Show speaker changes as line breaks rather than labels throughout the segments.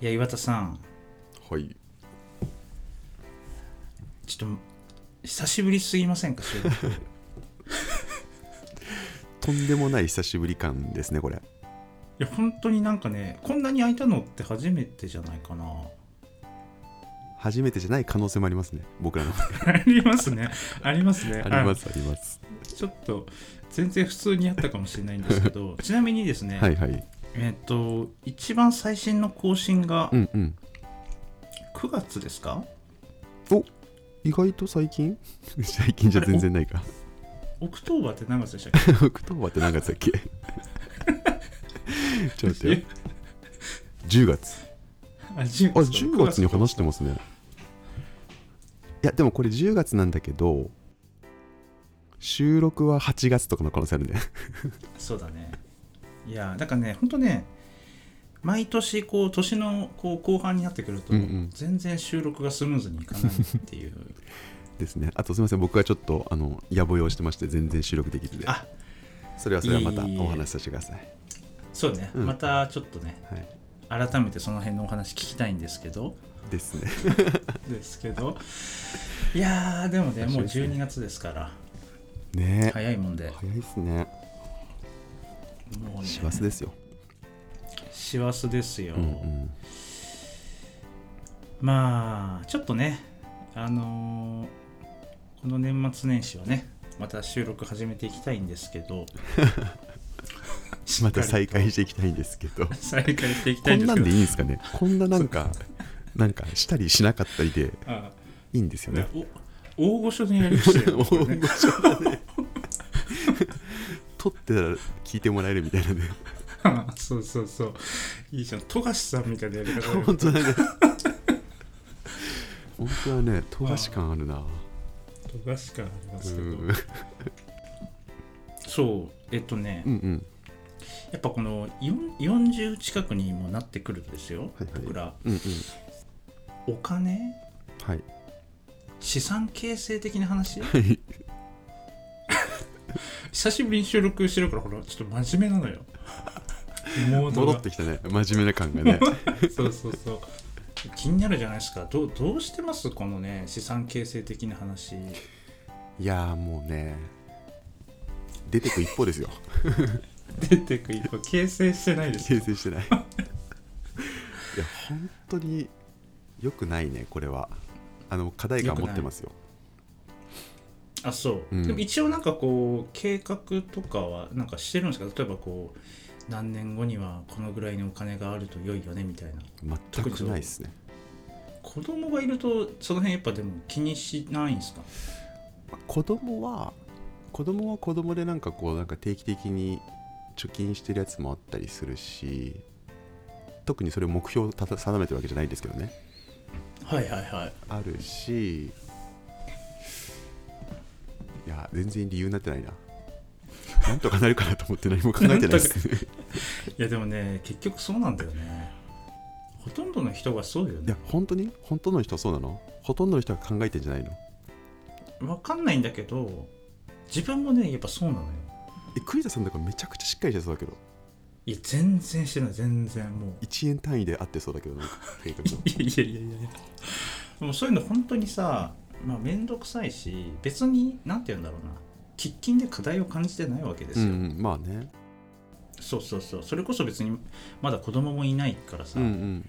いや岩田さん
はい
ちょっと久しぶりすぎませんか収 録
とんでもない久しぶり感ですねこれ
いや本当になんかねこんなに空いたのって初めてじゃないかな
初めてじゃない可能性もありますね僕 らの
ありますねありますね
ありますあります
あちょっと全然普通にあったかもしれないんですけ どちなみにですね、
はいはい
えっ、と一番最新の更新が
うんうん
9月ですか、
お意外と最近 最近じゃ全然ないか
オクトーバーって何月でしたっけ
オクトーバーって何月だっ けちょっと待ってよ10月
あ 10,
あ10月に話して
も
ますねいやでもこれ10月なんだけど収録は8月とかの可能性あるね
そうだねいやだからね本当ね毎年こう年のこう後半になってくると、
うんうん
全然収録がスムーズにいかないって いう
ですねあとすみません僕はちょっとあの野暮用してまして全然収録できずで
あ
それはそれはまた
いい
お話しさせてください。
そうね、
うん
またちょっとね
はい、
改めてその辺のお話聞きたいんですけど
ですね。
ですけどいやーでもねもう
そうですね
12月ですから
ねえ、
早いもんで
早いですね。
もうね
師走ですよ。
師走ですよ、
うんうん。
まあちょっとねあのーこの年末年始はねまた収録始めていきたいんですけどし
ま
っか
た
り。
再開していきたいんですけど
再開していきた
こ
いんで
ん
す
な
け
ん
ど
でいいんです かね。こんななんか、なんかしたりしなかったりで
あ
いいんですよね。
お大御所のやり口だよこれ ね
撮ってたら聞いてもらえるみたいな ね。
そうそうそういいじゃん富樫さんみたいなやり方だよ
本当だ ね。本当はね、富樫感あるな。
富樫感ありま
う
すけど、
ん
そうえっとね、
うんうん。
やっぱこの4 40近くにもなってくるとですよ、
はいはい
僕ら
うんうん。
お金
はい。
資産形成的な話
はい。
久しぶりに収録してるからほらちょっと真面目なの よモード
戻っ
が
てきたね。真面目な感がね。
そうそうそう気になるじゃないですかどうどうしてますこのね資産形成的な話
いやーもうね出てく一方ですよ
出てく一歩形成してないです
形
よ
成してないいや本当に良くないねこれはあの課題感持ってますよ
あそう、
うん
でも一応なんかこう計画とかはなんかしてるんですか例えばこう何年後にはこのぐらいのお金があると良いよねみたいな
全くないですね、
子供がいるとその辺やっぱでも気にしないんですか
まあ子供は子供は子供でなんかこうなんか定期的に貯金してるやつもあったりするし特にそれを目標をたた定めてるわけじゃないですけどね
はいはいはい
あるしいや全然理由になってないななんとかなるかなと思って何も考えてないですね
いやでもね結局そうなんだよねほとんどの人がそうだよ
いや
ね
本当に本当の人はそうなのほとんどの人が考えてんじゃないの
わかんないんだけど自分もねやっぱそうなのよ
え栗田さんとかめちゃくちゃしっかりしてそうだけど
いや全然してない全然もう
1円単位で合ってそうだけどなんか計画の
いやいやいやいやいやでもそういうの本当にさまあ面倒くさいし別に何て言うんだろうな喫緊で課題を感じてないわけです
う
よ、
ん、うん、まあね
そうそうそうそれこそ別にまだ子供もいないからさ、
うんうん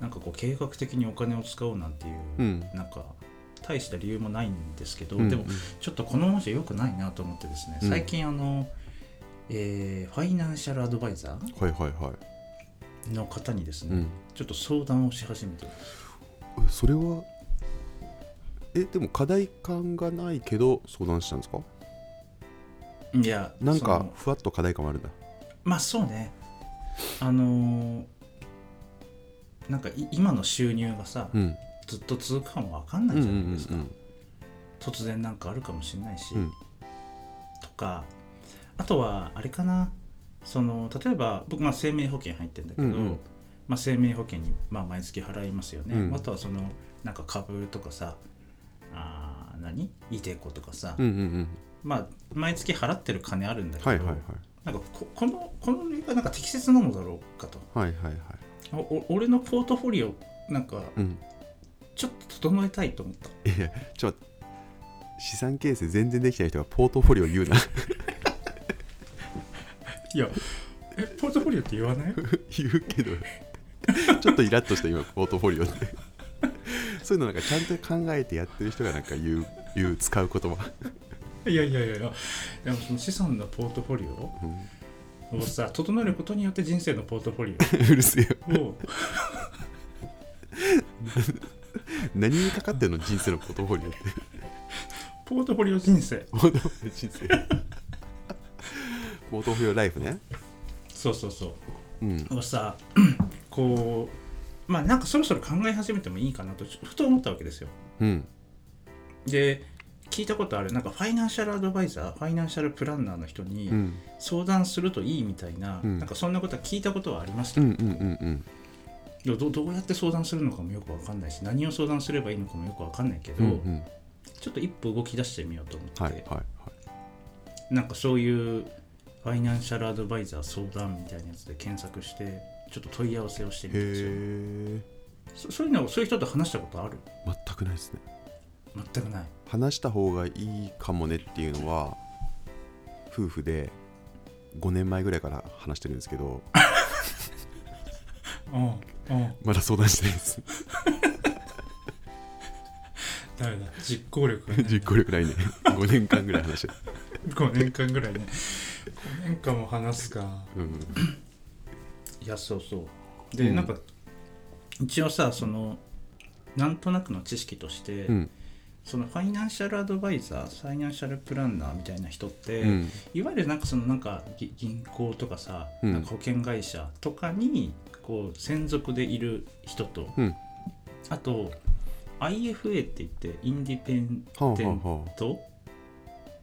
なんかこう計画的にお金を使おうなんていう、
うん
なんか大した理由もないんですけど、
うん
でもちょっとこのままじゃ良くないなと思ってですね、
うん
最近あの、えーファイナンシャルアドバイザ
はいはいはい
ーの方にですね、
うん
ちょっと相談をし始めてる
えそれはえでも課題感がないけど相談したんですか
いや
なん
そ
か
の
ふわっと課題感はあるんだ
まあそうねあのーなんかい今の収入がさ、
うん
ずっと続くかも分かん
う
なんいうじ
ん
ゃないですか、
うん
突然なんかあるかもしれないし、
うん
とかあとはあれかなその例えば僕、まあ、生命保険入ってるんだけど、
うんうん
まあ、生命保険に、まあ、毎月払いますよね、
うん
あとはそのなんか株とかさあー何イデコとかさ、
うんうんうん
まあ毎月払ってる金あるんだけど、
はいはいはい
なんかここのこの理由がなんか適切なのだろうかと
はいはいはい
おお俺のポートフォリオなんか
うん
ちょっと整えたいと思った
いやちょっと待って資産形成全然できない人がポートフォリオ言うな
いやえポートフォリオって言わない
言うけど ちょっとイラッとした今ポートフォリオってそういうのなんかちゃんと考えてやってる人がなんか言う言う使う言葉、
いやいやいやいやでもその資産のポートフォリオ
う
をさ整えることによって人生のポートフォリ
ん、うるせえよ
オを
何にかかってんの人生のポートフォリオって
ポートフォリオ人生
ポートフォリオ人生ポートフォリオライフね
そうそうそ
うん
うをさ こうまあなんかそろそろ考え始めてもいいかなとふと思ったわけですよ
うん
で聞いたことあるなんかファイナンシャルアドバイザーファイナンシャルプランナーの人に
うん
相談するといいみたいな、
うん
なんかそんなことは聞いたことはあります
う
け
んう
ど、
んうん
いやどどうやって相談するのかもよくわかんないし何を相談すればいいのかもよくわかんないけ
う
ど、
んうんうん
ちょっと一歩動き出してみようと思って、
はいはいはい
なんかそういうファイナンシャルアドバイザー相談みたいなやつで検索してちょっと問い合わせをしてみたんですよ
へえ
そそういうのそういう人と話したことある
全くないですね
全くない
話した方がいいかもねっていうのは夫婦で5年前ぐらいから話してるんですけど
うんうん
まだ相談してないです
誰だ実行力が
実行力ない ね5年間ぐらい話してる、
5年間ぐらいね5年間も話すか
うん、
いやそうそうで、
うん
なんか一応さそのなんとなくの知識として、
うん
そのファイナンシャルアドバイザーファイナンシャルプランナーみたいな人って、
うん
いわゆるなんかそのなんかぎ銀行とかさ、
うん
なんか保険会社とかにこう専属でいる人と、
うん
あと IFA って言ってインディペン
はあは
デン
あはあ
ト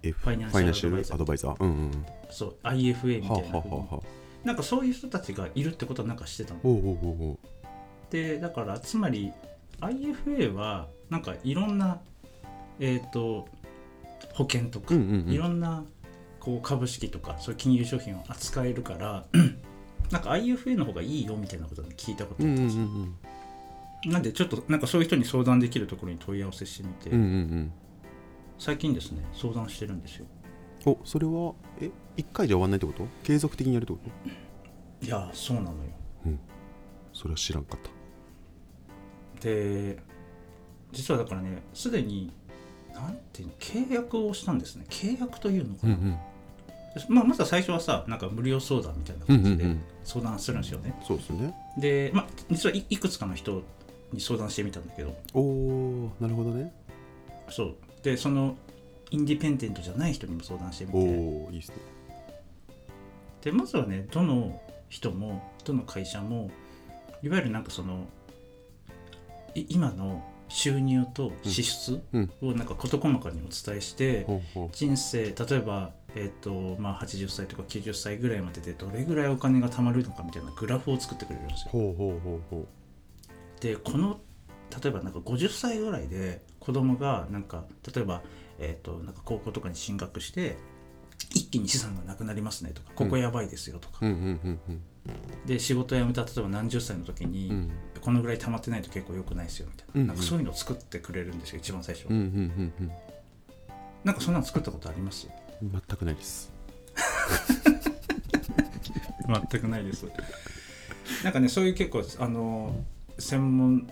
え
ファイナン
ファイナン
シ
シ
ャル
ャ
アドバイザ
ル
ー
アドバイザーうんうんうん
そう IFA み
は
た
あ
い
は
な
あはあはあ
なんかそういう人たちがいるってことはなんかしてたの
おうおうおうおう
でだからつまり IFA はなんかいろんな、えー、と保険とか、
うんうんうん
いろんなこう株式とかそういう金融商品を扱えるから なんか IFA の方がいいよみたいなことを聞いたこと
う
あっ
んう
たん
ん
で
う
すよ、
ん
なんでちょっとなんかそういう人に相談できるところに問い合わせしてみて、
うんうんうん
最近ですね相談してるんですよ
おそれはえ一回じゃ終わんないってこと継続的にやるってこと
いやーそうなのよ
それは知らんかった
で実はだからねすでになんていうの契約をしたんですね契約というのかな、
ん
まあ、まずは最初はさなんか無料相談みたいな
うん
感じ
うんう
で
ん
相談するんですよね、
そうですね
で、まあ、実はいいくつかの人に相談してみたんだけど
おおなるほどね
そうでそのインディペンデントじゃない人にも相談してみ
お
て
おいいですね
でまずはねどの人もどの会社もいわゆるなんかそのい今の収入と支出
うん
をなんか事細かにお伝えして、
ほうほう
人生例えば、えーとまあ、80歳とか90歳ぐらいまででどれぐらいお金が貯まるのかみたいなグラフを作ってくれるんですよ。
ほうほうほうほ
でこの例えばなんか50歳ぐらいで子供がなんか例えば、えー、となんか高校とかに進学して一気に資産がなくなりますねとかここやばいですよとか、
ううんうんうんうん
で仕事辞めた例えば何十歳の時に、
うん
このぐらい貯まってないと結構良くないですよみたいな,、
うんうん
なんかそういうのを作ってくれるんですよ一番最初、
うんうんうん
なんかそんなの作ったことあります
うん全くないです
全くないですなんかねそういう結構あの専門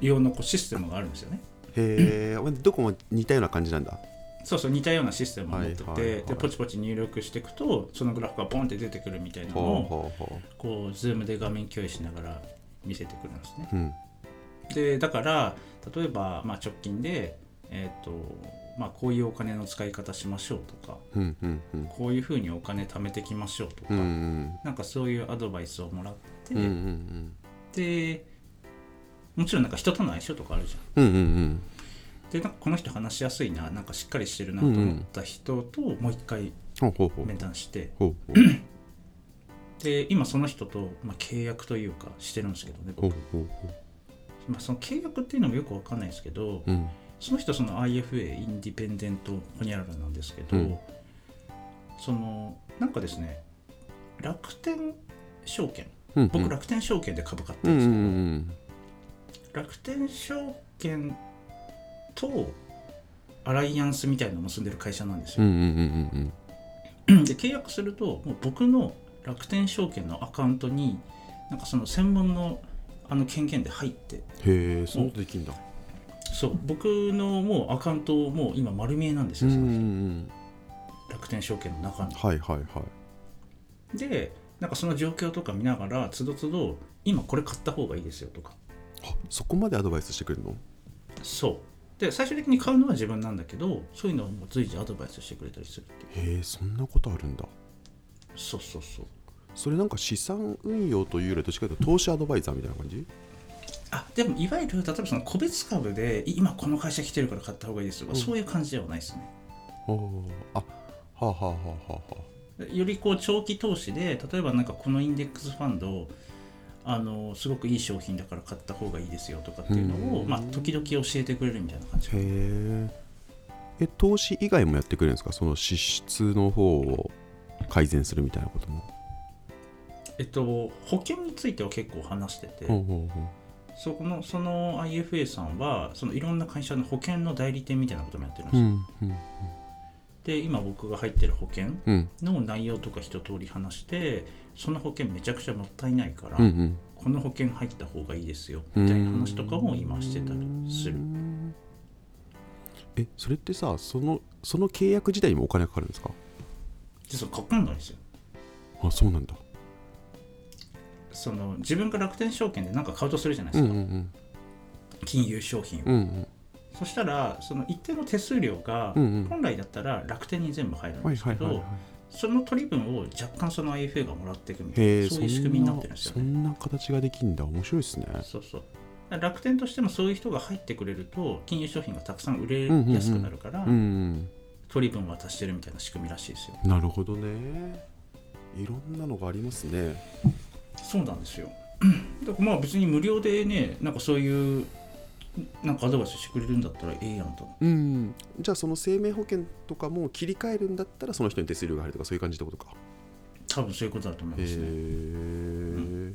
用のこうシステムがあるんですよね
へえどこも似たような感じなんだ
そうそう似たようなシステムを持ってて、
はいはいはい
でポチポチ入力していくとそのグラフがボンって出てくるみたいなの
ほう
を
ほうほ
こうズームで画面共有しながら見せてくるんですね
ううん
でだから例えば、まあ、直近でえっ、とまあこういうお金の使い方しましょうとか
うんうんうん
こういうふうにお金貯めてきましょうとか、
うんうん
なんかそういうアドバイスをもらって、
うんうん
でもちろんなんか人との相性とかあるじゃん
うんうんうん
でなんかこの人話しやすいななんかしっかりしてるなと思った人ともう一回
ほうほうほう
面談して、
ほう
で今その人と、まあ、契約というかしてるんですけどね
ほう
僕、
ほう
まあ、その契約っていうのもよくわかんないですけど、
うん
その人その IFA インディペンデントホニャララなんですけど、
うん
そのなんかですね楽天証券
うんうん
僕楽天証券で株買って
う
る
ん
ん
う
で
ん
すけ
う
ど、
ん
楽天証券とアライアンスみたいなのを結んでる会社なんです
うんう
よ、
んうんうん
で契約するともう僕の楽天証券のアカウントになんかその専門のあの権限で入って
へえそんなことできんだ
そう僕のもうアカウントをもう今丸見えなんです
う
よ、
んう
そ
んう
の
ん
楽天証券の中に
はいはいはい
でなんかその状況とか見ながらつどつど今これ買った方がいいですよとか
あそこまでアドバイスしてくれるの
そうで最終的に買うのは自分なんだけどそういうのをもう随時アドバイスしてくれたりするっていう
へえそんなことあるんだ
そうそうそう
それなんか資産運用というよりはどっちかというと投資アドバイザーみたいな感じ
あでもいわゆる例えばその個別株でい今この会社来てるから買った方がいいですとか、
うん
そういう感じではないですね
ああはあはあはあはあは
よりこう長期投資で例えばなんかこのインデックスファンドあのすごくいい商品だから買った方がいいですよとかっていうのを、
うん
まあ、時々教えてくれるみたいな感じ
へええ投資以外もやってくれるんですかその支出の方を改善するみたいなことも
えっと保険については結構話してて、
ほうほうほう
そこのその IFA さんはそのいろんな会社の保険の代理店みたいなこともやってるんです
う
よ、
んうん
で今僕が入ってる保険
うん
の内容とか一通り話してその保険めちゃくちゃもったいないから、
うんうん
この保険入った方がいいですよ
うん
みたいな話とかも今してたりする
えそれってさそのその契約自体にもお金かかるんですか
実はかかんないんですよ
あそうなんだ
その自分が楽天証券で何か買うとするじゃないで
うん
す
う
か、
ん
金融商品を、
うんうん
そしたらその一定の手数料が、
うんうん
本来だったら楽天に全部入るん
はい
です
は
けど、
いはいはい
その取り分を若干その IFA がもらっていくみたい
へえ
なそういう仕組みになってるんですよ
そ
ね
んな形ができるんだ面白いですね
そうそうだから楽天としてもそういう人が入ってくれると金融商品がたくさん売れ
うんうんうん
やすくなるから、
うん
取り分渡してるみたいな仕組みらしいですよ
なるほどねいろんなのがありますね
そうなんですよだからまあ別に無料でねなんかそういうなんかアドバイスしてくれるんだったらええやんと
うんじゃあその生命保険とかも切り替えるんだったらその人に手数料が入るとかそういう感じってことか
多分そういうことだと思い
へ
ますね、
ー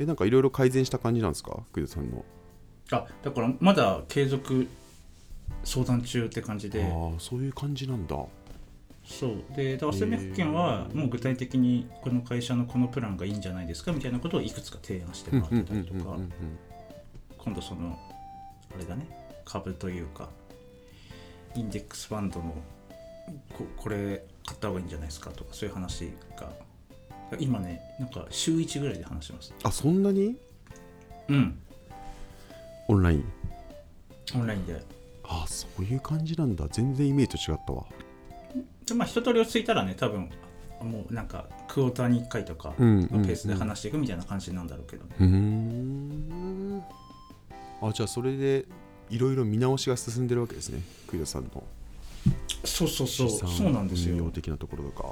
えなんかいろいろ改善した感じなんですかクイズさんの
あだからまだ継続相談中って感じ
ああ
で
ーそういう感じなんだ
そうでだから生命保険はもう具体的にこの会社のこのプランがいいんじゃないですかみたいなことをいくつか提案してもらってたりと
うんうんうん
か
うんうん
今度そのあれだね株というかインデックスファンドのここれ買った方がいいんじゃないですかとかそういう話が今ねなんか週1ぐらいで話してます
あそんなに
うん
オンライン
オンラインで
ああそういう感じなんだ全然イメージと違ったわ
でまあ一通り落ち着いたらね多分もうなんかクォーターに1回とか
うん
のペースで
うんうん
話していくみたいな感じなんだろうけどね、
うーんあじゃあそれでいろいろ見直しが進んでるわけですねクイズさんの
そうそうそう
資産
そうなんです
運
よ
用的なところとか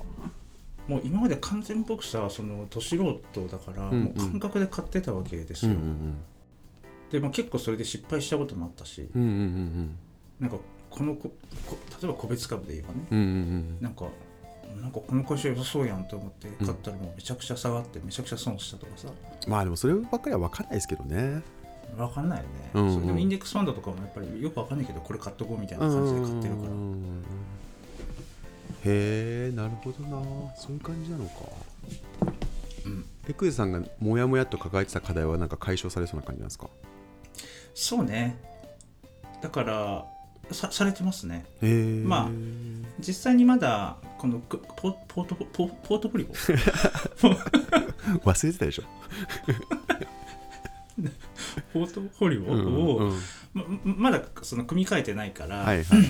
もう今まで完全に僕さそのど素人だから、
うんうん
もう感覚で買ってたわけですよ、
ん
で、まあ、結構それで失敗したこともあったし
うんうんうん
なんかこのここ例えば個別株で言えばね
うんうんうん
なんかなんかこの会社良さそうやんと思って買ったらもうめちゃくちゃ下がってめちゃくちゃ損したとかさ
まあでもそればっかりは分かんないですけどね
分かんないよね、
うんうん
それでもインデックスファンドとかもやっぱりよく分かんないけどこれ買っとこうみたいな感じで買ってるから
うんうんうんへえなるほどなそういう感じなのか
うん
えクイズさんがモヤモヤと抱えてた課題はなんか解消されそうな感じなんですか
そうねだからさされてますね
へえ
まあ実際にまだこのくポポートフォポポートフォリオ
忘れてたでしょ
ポートフォリオを、
うんうん
ままだその組み替えてないから、
はいはいはいはい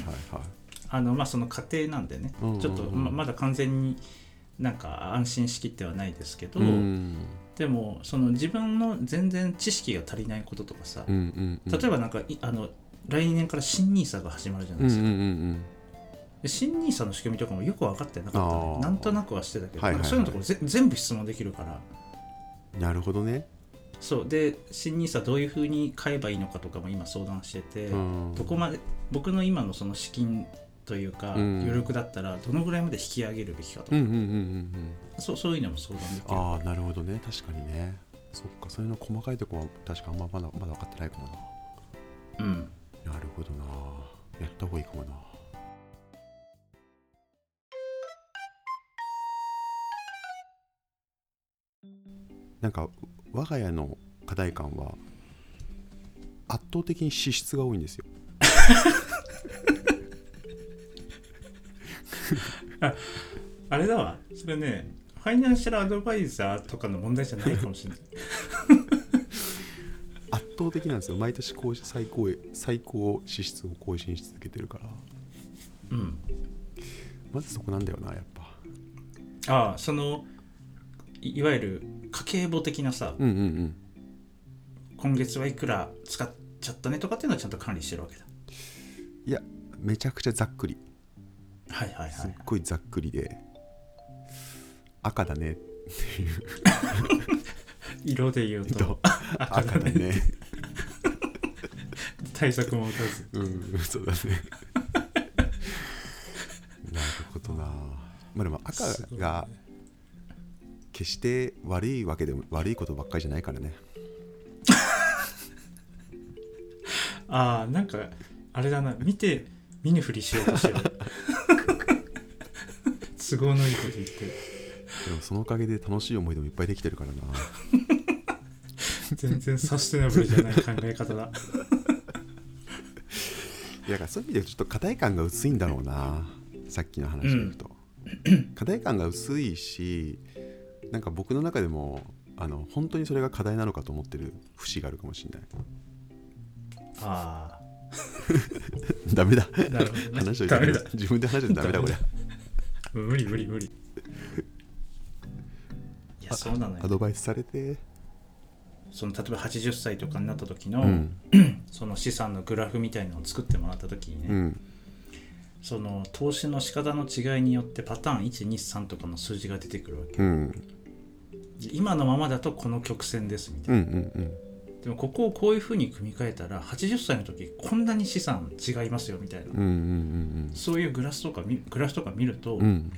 あのまあその過程なんでね、
うんうんうん
ちょっとままだ完全になんか安心しきってはないですけど、
うん
でもその自分の全然知識が足りないこととかさ、
うんうんうん
例えばなんかいあの来年から新ニーサが始まるじゃない
うん
で
う
す
ん
か、
うん
で新ニーサの仕組みとかもよく分かってなかったの
あ
よ
ー
なんとなくはしてたけど、
はいはいは
なんか
い
そういうのところぜ全部質問できるから
うんなるほどね
そうで新ニーサどういうふうに買えばいいのかとかも今相談してて、
うん
どこまで僕の今のその資金というか、
うん
余力だったらどのぐらいまで引き上げるべきかと
う
か、
んうんうんうんうん
そうそういうのも相談できる
ああなるほどね確かにねそっかそれの細かいとこは確かあんままだまだ分かってないかも
うん、
ななるほどなやった方がいいかもななんか我が家の課題感は圧倒的に支出が多いんですよ
あれだわそれねファイナンシャルアドバイザーとかの問題じゃないかもしれない
圧倒的なんですよ毎年こう最高へ最高支出を更新し続けてるから
うん
まずそこなんだよなやっぱ
ああそのいいわゆる家計簿的なさ、
うんうんうん
今月はいくら使っちゃったねとかっていうのはちゃんと管理してるわけだ
いやめちゃくちゃざっくり
はいはいは
すっ
い
ごいざっくりで赤だね
色で言うと
と赤だね
対策も打たず
うんそうだねなるほどなまあでも赤
すごいね
が決して悪いわけでも悪いことばっかりじゃないからね
ああなんかあれだな見て見ぬふりしようとして る都合のいいこと言ってる
でもそのおかげで楽しい思い出もいっぱいできてるからな
全然サステナブルじゃない考え方だ
いやだからそういう意味でちょっと課題感が薄いんだろうなさっきの話で言うと、課題感が薄いしなんか僕の中でもあの本当にそれが課題なのかと思ってる節があるかもしれない
あ
ダメだ
あなるほど、ね、
話を
ダメだ
自分で話してダメだこれ
無理無理無理いやそうなの
ア
よ
ドバイスされて
その例えば80歳とかになった時の、
うん
その資産のグラフみたいのを作ってもらった時にね、
うん
その投資の仕方の違いによってパターン123とかの数字が出てくるわけ
うんうん
今のままだとこの曲線ですみたい
うんうん
なでもここをこういうふうに組み替えたら80歳の時こんなに資産違いますよみたいな、
うんうんうん
そういうグラスとか見グラフとか見ると、
うんうん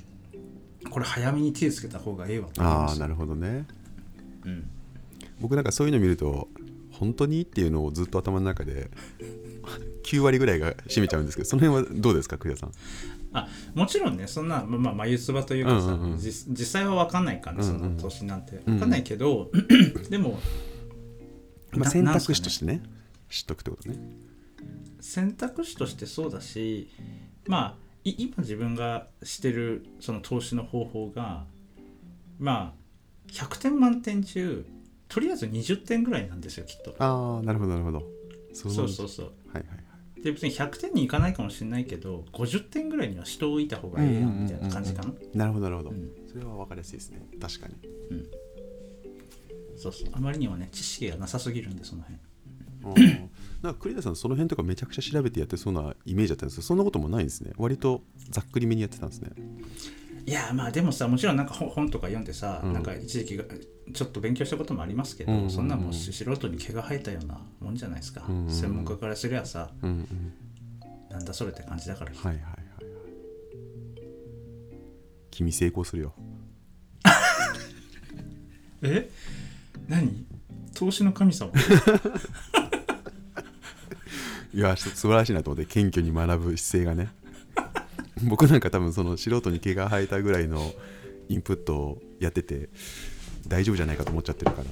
これ早めに手つけた方がええわと思いま
ああ
す
なるほどね
うん
僕なんかそういうの見ると本当にっていうのをずっと頭の中で9割ぐらいが占めちゃうんですけどその辺はどうですか久谷さん
あもちろんねそんな、ままあ、眉唾というかさ、
うんうんうん
じ実際は分かんないからねそ
うんうん
の年なんて
うん
分かんないけど、 でも、
まあ、
な
選
なんすか
択
ね
肢としてね知っとくってことね
選択肢としてそうだしまあい今自分がしてるその投資の方法がまあ100点満点中とりあえず20点ぐらいなんですよきっと
ああなるほどなるほどそ
そうそううそう
はいはいはい
で別に100点にいかないかもしれないけど50点ぐらいにはしておいた方がいいやんみたいな感じかな
なるほどなるほど、
うん
それは分かりやすいですね確かに
そうそうあまりにもね知識がなさすぎるんでその辺
あーなんか栗田さんその辺とかめちゃくちゃ調べてやってそうなイメージだったんですけどそんなこともないんですね割とざっくりめにやってたんですね
いやーまあでもさもちろんなんか本本とか読んでさ、
うん
なんか一時期がちょっと勉強したこともありますけど、
うんうんうん
そんなもう素人に毛が生えたようなもんじゃないですか、
うんうんうん
専門家からすりゃさ
うんうん
なんだそれって感じだから、
はいはいはいはい君成功するよ
え何投資の神 様
いやす素晴らしいなと思って謙虚に学ぶ姿勢がね 僕なんか多分その素人に毛が生えたぐらいのインプットをやってて大丈夫じゃないかと思っちゃってるか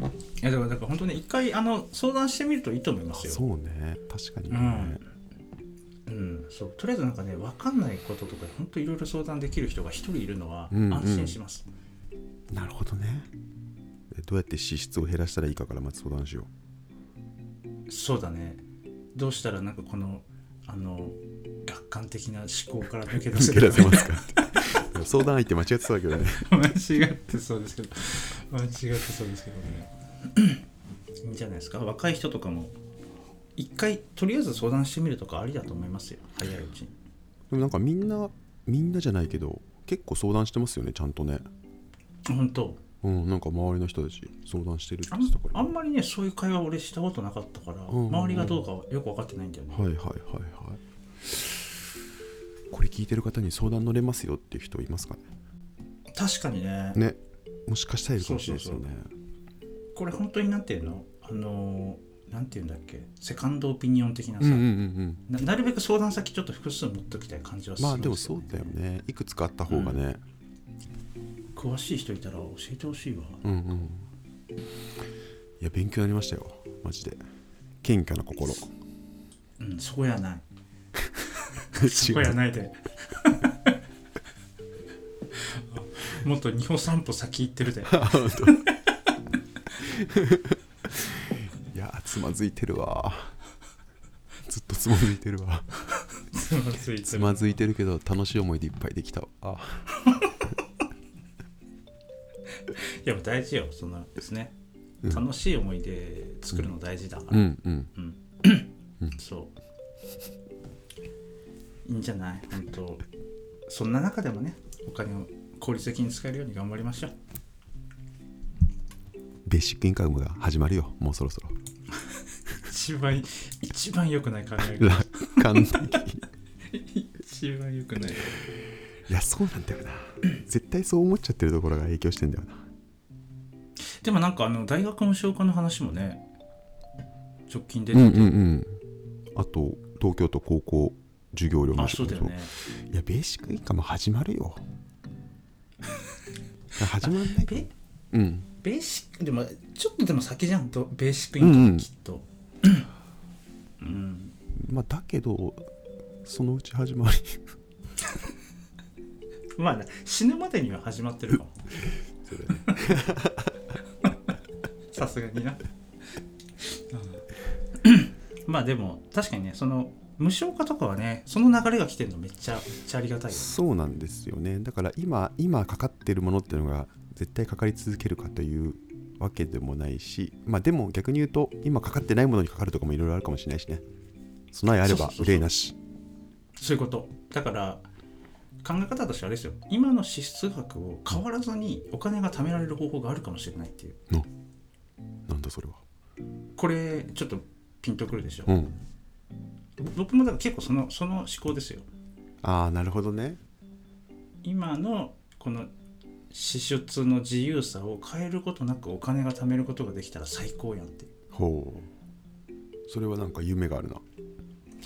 ら
いやだからだから本当ね一回あの相談してみるといいと思いますよ
そうね確かに
う
ね
ん、うん、そうとりあえずなんかね分かんないこととか本当いろいろ相談できる人が一人いるのは
うんうん
安心します、
なるほどねえどうやって支出を減らしたらいいかからまず相談しよ
そうだねどうしたらなんかこのあの楽観的な思考から抜け出
う受
せ
け
る
出せますか 相談相手間違ってたわけどね
間違ってそうですけど間違ってそうですけどねいいんじゃないですか若い人とかも一回とりあえず相談してみるとかありだと思いますよ早いうちに
でもなんかみんなみんなじゃないけど結構相談してますよねちゃんとね
本当
うんなんか周りの人たち相談してるって
あ
言ってたか
ん
ら
あんまりねそういう会話俺したことなかったから、
んうんうん
周りがどうかはよく分かってないんだよね、
はいはいはいはいこれ聞いてる方に相談乗れますよっていう人いますかね
確かにね
ねもしかしたらいるかもしれないですよね
これ本当になんていうのあのーなんていうんだっけセカンドオピニオン的な
う
さ、
んうんうんうん
ななるべく相談先ちょっと複数持っておきたい感じはする
まあ
ん
でも
す
そうだよねいくつかあった方がね、
詳しい人いたら教えてほしいわ
うんうんいや勉強になりましたよマジで謙虚な心
うんそこや ないそ
違
こや
う
ないで あもっと2歩3歩先行って るで
いやつまずいてるわ ずっとつまずいてるわ
つまずいてる
つまずいてるけど楽しい思いでいっぱいできたわ
いやもう大事よそのですね、
うん
楽しい思い出作るの大事だか
う
ら、
んうん
そういいんじゃない本当そんな中でもねお金を効率的に使えるように頑張りましょう
ベーシックインカムが始まるよもうそろそろ
一番一番良くない考え方
楽観的
一番良くない
いやそうなんだよな絶対そう思っちゃってるところが影響してんだよな
でもなんかあの大学無償化の話もね直近で、
うんうんうんあと東京都高校授業料無
あ
償
そうだよね
いやベーシックインカム始まる よ始まんない
ベ
うん
ベーシックでもちょっとでも先じゃんとベーシックインカ
うんう
ム
ん
きっと、うん、
まあだけどそのうち始まり
まあね、死ぬまでには始まってるかも
それ
さすがになまあでも確かにねその無償化とかはねその流れが来てるのめっちゃめっちゃありがたいよね
そうなんですよねだから今今かかってるものっていうのが絶対かかり続けるかというわけでもないしまあでも逆に言うと今かかってないものにかかるとかもいろいろあるかもしれないしね備えあれば
そうそうそうそう
憂いなし
そういうことだから考え方としてはあれですよ今の支出額を変わらずにお金が貯められる方法があるかもしれないっていう
なんだそれは
これちょっとピンとくるでしょ、
うん
僕もだから結構そのその思考ですよ
ああなるほどね
今のこの支出の自由さを変えることなくお金が貯めることができたら最高やんって
ほうそれはなんか夢があるな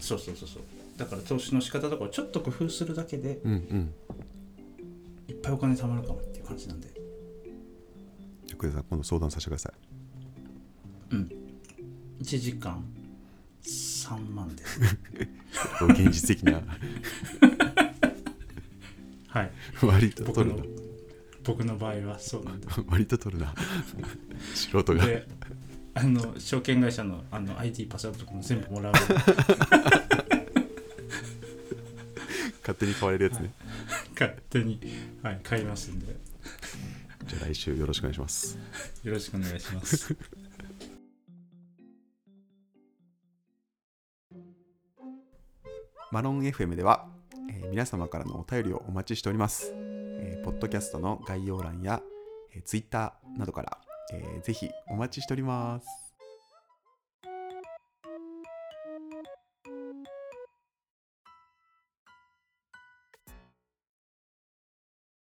そうそうそうそうだから投資の仕方とかをちょっと工夫するだけで
うんうん
いっぱいお金貯まるかもっていう感じなんで
福田さん今度相談させてください
1時間3万です
現実的な
はい
割と
僕
取る
の
な
僕の場合はそうなんです
割と取るな素人が
であの証券会社のあの IT パスワードとかも全部もらう
勝手に買われるやつね
勝手に、はい、買いますんで
じゃあ来週よろしくお願いします
よろしくお願いします
マロン FM では、えー皆様からのお便りをお待ちしております。えーポッドキャストの概要欄や、えー、Twitter などから、えーぜひお待ちしております。